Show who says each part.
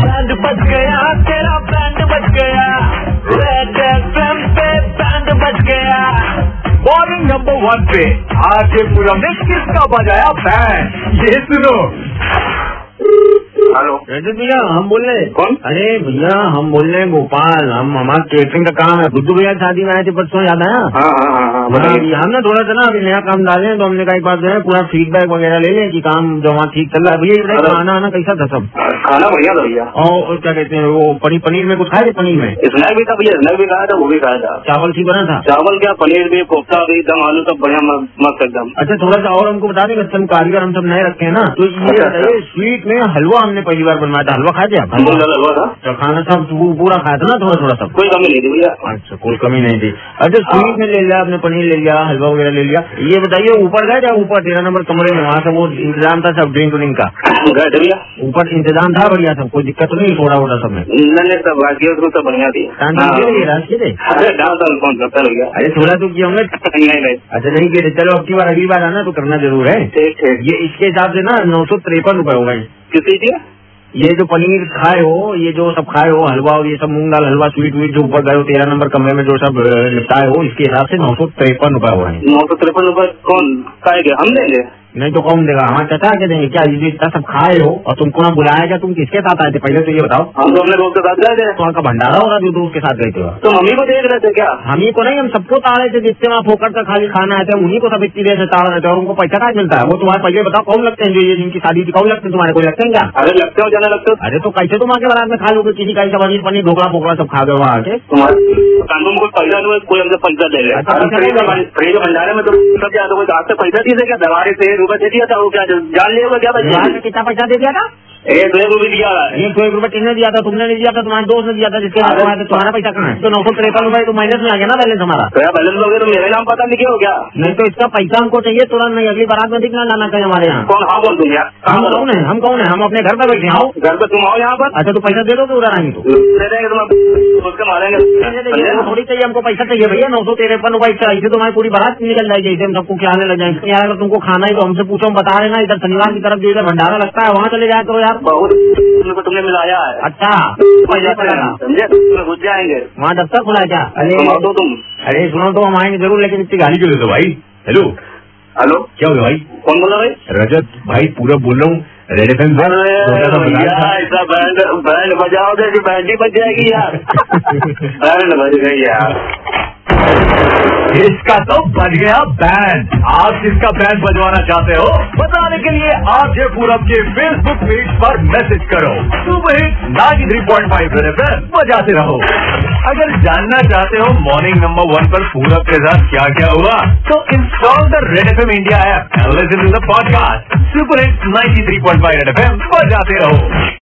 Speaker 1: Band बज गया तेरा बैंड बज गया रेड एफएम पे बैंड बज गया
Speaker 2: मॉर्निंग नंबर वन पे आगे पूरा में किसका बजाया बैंड ये सुनो
Speaker 3: हेलो
Speaker 4: रजत भैया हम बोल रहे हैं।
Speaker 3: कौन?
Speaker 4: अरे भैया हम बोल रहे हैं गोपाल हम हमारा केटरिंग का काम है गुड्डू भैया की शादी में आए थे परसों याद आया
Speaker 3: हाँ हाँ हाँ हाँ बताइए
Speaker 4: हाँ, हम ना थोड़ा सा ना अभी नया काम डाले हैं तो हमने कहा एक बार जो है पूरा फीडबैक वगैरह ले लें कि काम जो वहाँ ठीक चल रहा है भैया ये बताइए
Speaker 3: हेलो।
Speaker 4: खाना आना कैसा था सब
Speaker 3: खाना बढ़िया था भैया
Speaker 4: और और क्या कहते हैं वो पनीर पनीर में कुछ खाए थे पनीर में
Speaker 3: स्नैक भी था भैया स्नैक भी खाया था वो भी खाया था
Speaker 4: चावल ठीक बना था
Speaker 3: चावल क्या पनीर भी कोफ्ता भी दम आलू सब बढ़िया म- मस्त एकदम
Speaker 4: अच्छा थोड़ा सा और हमको बता दें कि हम कारीगर हम सब नए रखे हैं ना तो ये
Speaker 3: अच्छा,
Speaker 4: बताइए स्वीट में हलवा हमने पहली बार बनवाया था हलवा खाए थे आप
Speaker 3: बहुत ज्यादा हुआ था
Speaker 4: अच्छा, खाना सब पू- पूरा खाया था ना थोड़ा थोड़ा सब
Speaker 3: कोई कमी नहीं थी भैया
Speaker 4: अच्छा कोई कमी नहीं थी अच्छा स्वीट में ले लिया आपने पनीर ले लिया हलवा वगैरह ले लिया ये बताइए ऊपर गए थे ऊपर तेरह नंबर कमरे में वहाँ सब वो इंतजाम था सब ड्रिंक व्रिंक का
Speaker 3: गए थे भैया
Speaker 4: ऊपर इंतजाम था बढ़िया सब कोई दिक्कत तो नहीं सोडा वोडा सब में
Speaker 3: नहीं नहीं सब बात किया उसमें सब बढ़िया थी
Speaker 4: काम
Speaker 3: हाँ।
Speaker 4: किए थे ये, राज किए थे?
Speaker 3: अरे डांस वांस कौन करता है भैया
Speaker 4: अरे थोड़ा तो किया होंगे
Speaker 3: नहीं नहीं
Speaker 4: अच्छा नहीं किए थे चलो अब की बार अगली बार आना तो करना जरूर है
Speaker 3: ठीक ठीक
Speaker 4: ये इसके हिसाब से ना नौ सौ तिरपन रूपये हो गए
Speaker 3: किसी थी
Speaker 4: ये जो पनीर खाए हो ये जो सब खाए हो हलवा और ये सब मूंग दाल हलवा स्वीट वीट जो ऊपर गए हो तेरह नंबर कमरे में जो सब अ, निपटाए हो इसके हिसाब से नौ सौ तिरपन रूपये हो गए
Speaker 3: नौ सौ तिरपन रूपये कौन खाएंगे हम देंगे
Speaker 4: नहीं तो कौन देगा हमारे चचा के देंगे क्या ये इतना सब खाए हो और तुमको ना बुलाएगा तुम किसके साथ आए थे पहले तो ये बताओ
Speaker 3: हम तो अपने दोस्त के साथ गए थे
Speaker 4: तो वहाँ का भंडारा होगा जो दोस्त के साथ गए थे वहाँ।
Speaker 3: तो मम्मी को देख रहे थे क्या
Speaker 4: हम ही को नहीं हम सबको ताड़ रहे थे जिससे वहाँ फोकट का खाली खाना आते हैं उन्हीं को सब इतनी देर से ताड़ रहे थे और उनको पैसा कहाँ मिलता है वो तुम्हारे पहले बताओ कौन लगते हैं जो ये जिनकी शादी थी कौन लगते हैं तुम्हारे कोई लगते हैं क्या
Speaker 3: अरे लगते हो जाने लगते हो
Speaker 4: अरे तो कैसे तुम आके बारात में खा लोगे किसी का ऐसा पनीर पनीर ढोकला फोकड़ा सब खा गए वहाँ आके
Speaker 3: तुम्हारे कानून को पैसा नहीं है, कोई हमसे पैसा दे रहे
Speaker 4: अच्छा, पैसा नहीं दे रहे।
Speaker 3: फ्री के भंडारे में तो सब जाते कोई हाथ से पैसा दी से क्या दवारे से एक रुपये दे दिया था वो क्या जान लिया होगा क्या पैसा
Speaker 4: यहाँ से कितना पैसा दे दिया था
Speaker 3: एक दो रुपये दिया हुआ है
Speaker 4: एक सौ एक रुपये किसने दिया था तुमने नहीं दिया था तुम्हारे दोस्त ने दिया था जिसके साथ
Speaker 3: अरे-
Speaker 4: हुआ था, तुम्हारा पैसा कहाँ है तो नौ सौ तिरपन रुपये तो माइनस में आ गया ना बैलेंस हमारा
Speaker 3: तो यार बैलेंस लोगे तो मेरे नाम पता नहीं क्यों क्या
Speaker 4: नहीं तो इसका पैसा हमको चाहिए तुरंत नहीं अगली बारात में दिखना लाना चाहिए हमारे यहाँ
Speaker 3: कौन हाँ बोल तुम यार
Speaker 4: हम
Speaker 3: काम करो
Speaker 4: कौन है हम कौन है हम अपने घर पर बैठे हैं, आओ
Speaker 3: घर पे तुम आओ यहाँ पर
Speaker 4: अच्छा तो पैसा दे दोगे उधर आएंगे तो
Speaker 3: दे देंगे तुम्हें उसके मारेंगे समझे?
Speaker 4: हमको थोड़ी चाहिए हमको पैसा चाहिए भैया नौ सौ तिरपन रुपये इससे ऐसे तुम्हारी पूरी बारात निकल जाएगी ऐसे हम सबको खिलाने लग जाएंगे यार अगर तुमको खाना है तो हमसे पूछो हम बता रहे हैं ना इधर शनिवार की तरफ जो इधर भंडारा लगता है वहाँ चले जाए करो यार
Speaker 3: बहुत को तुमने मिलाया है
Speaker 4: अच्छा
Speaker 3: पैसा
Speaker 4: पैसा
Speaker 3: दे रहे
Speaker 4: पड़ेगा
Speaker 3: हैं, समझे उसमें घुस जाएंगे
Speaker 4: वहाँ दफ्तर खुला है क्या अरे
Speaker 3: तुम आओ तो तुम
Speaker 4: अरे सुनो तो हम आएंगे जरूर लेकिन इतनी गाली
Speaker 2: गाली क्यों देते हो भाई हेलो
Speaker 3: हेलो
Speaker 2: क्या हुआ भाई
Speaker 3: कौन बोल रहा है भाई
Speaker 2: रजत भाई पूरा बोल रहा हूँ रेड एफ
Speaker 3: अरे
Speaker 2: तो
Speaker 3: भैया ऐसा बैंड बैंड बजाओ तो ऐसी बैंड ही बज जाएगी यार बैंड बज गई यार
Speaker 2: इसका तो बज गया बैंड आप जिसका बैंड बजवाना चाहते हो बताने के लिए आज ये पूरब के फेसबुक पेज पर मैसेज करो सुबह नाइन थ्री पॉइंट फाइव बजाते रहो अगर जानना चाहते हो मॉर्निंग नंबर वन पर पूरब के साथ क्या क्या हुआ तो install the red F M India app and listen to the podcast super hit ninety three point five red F M बजाते रहो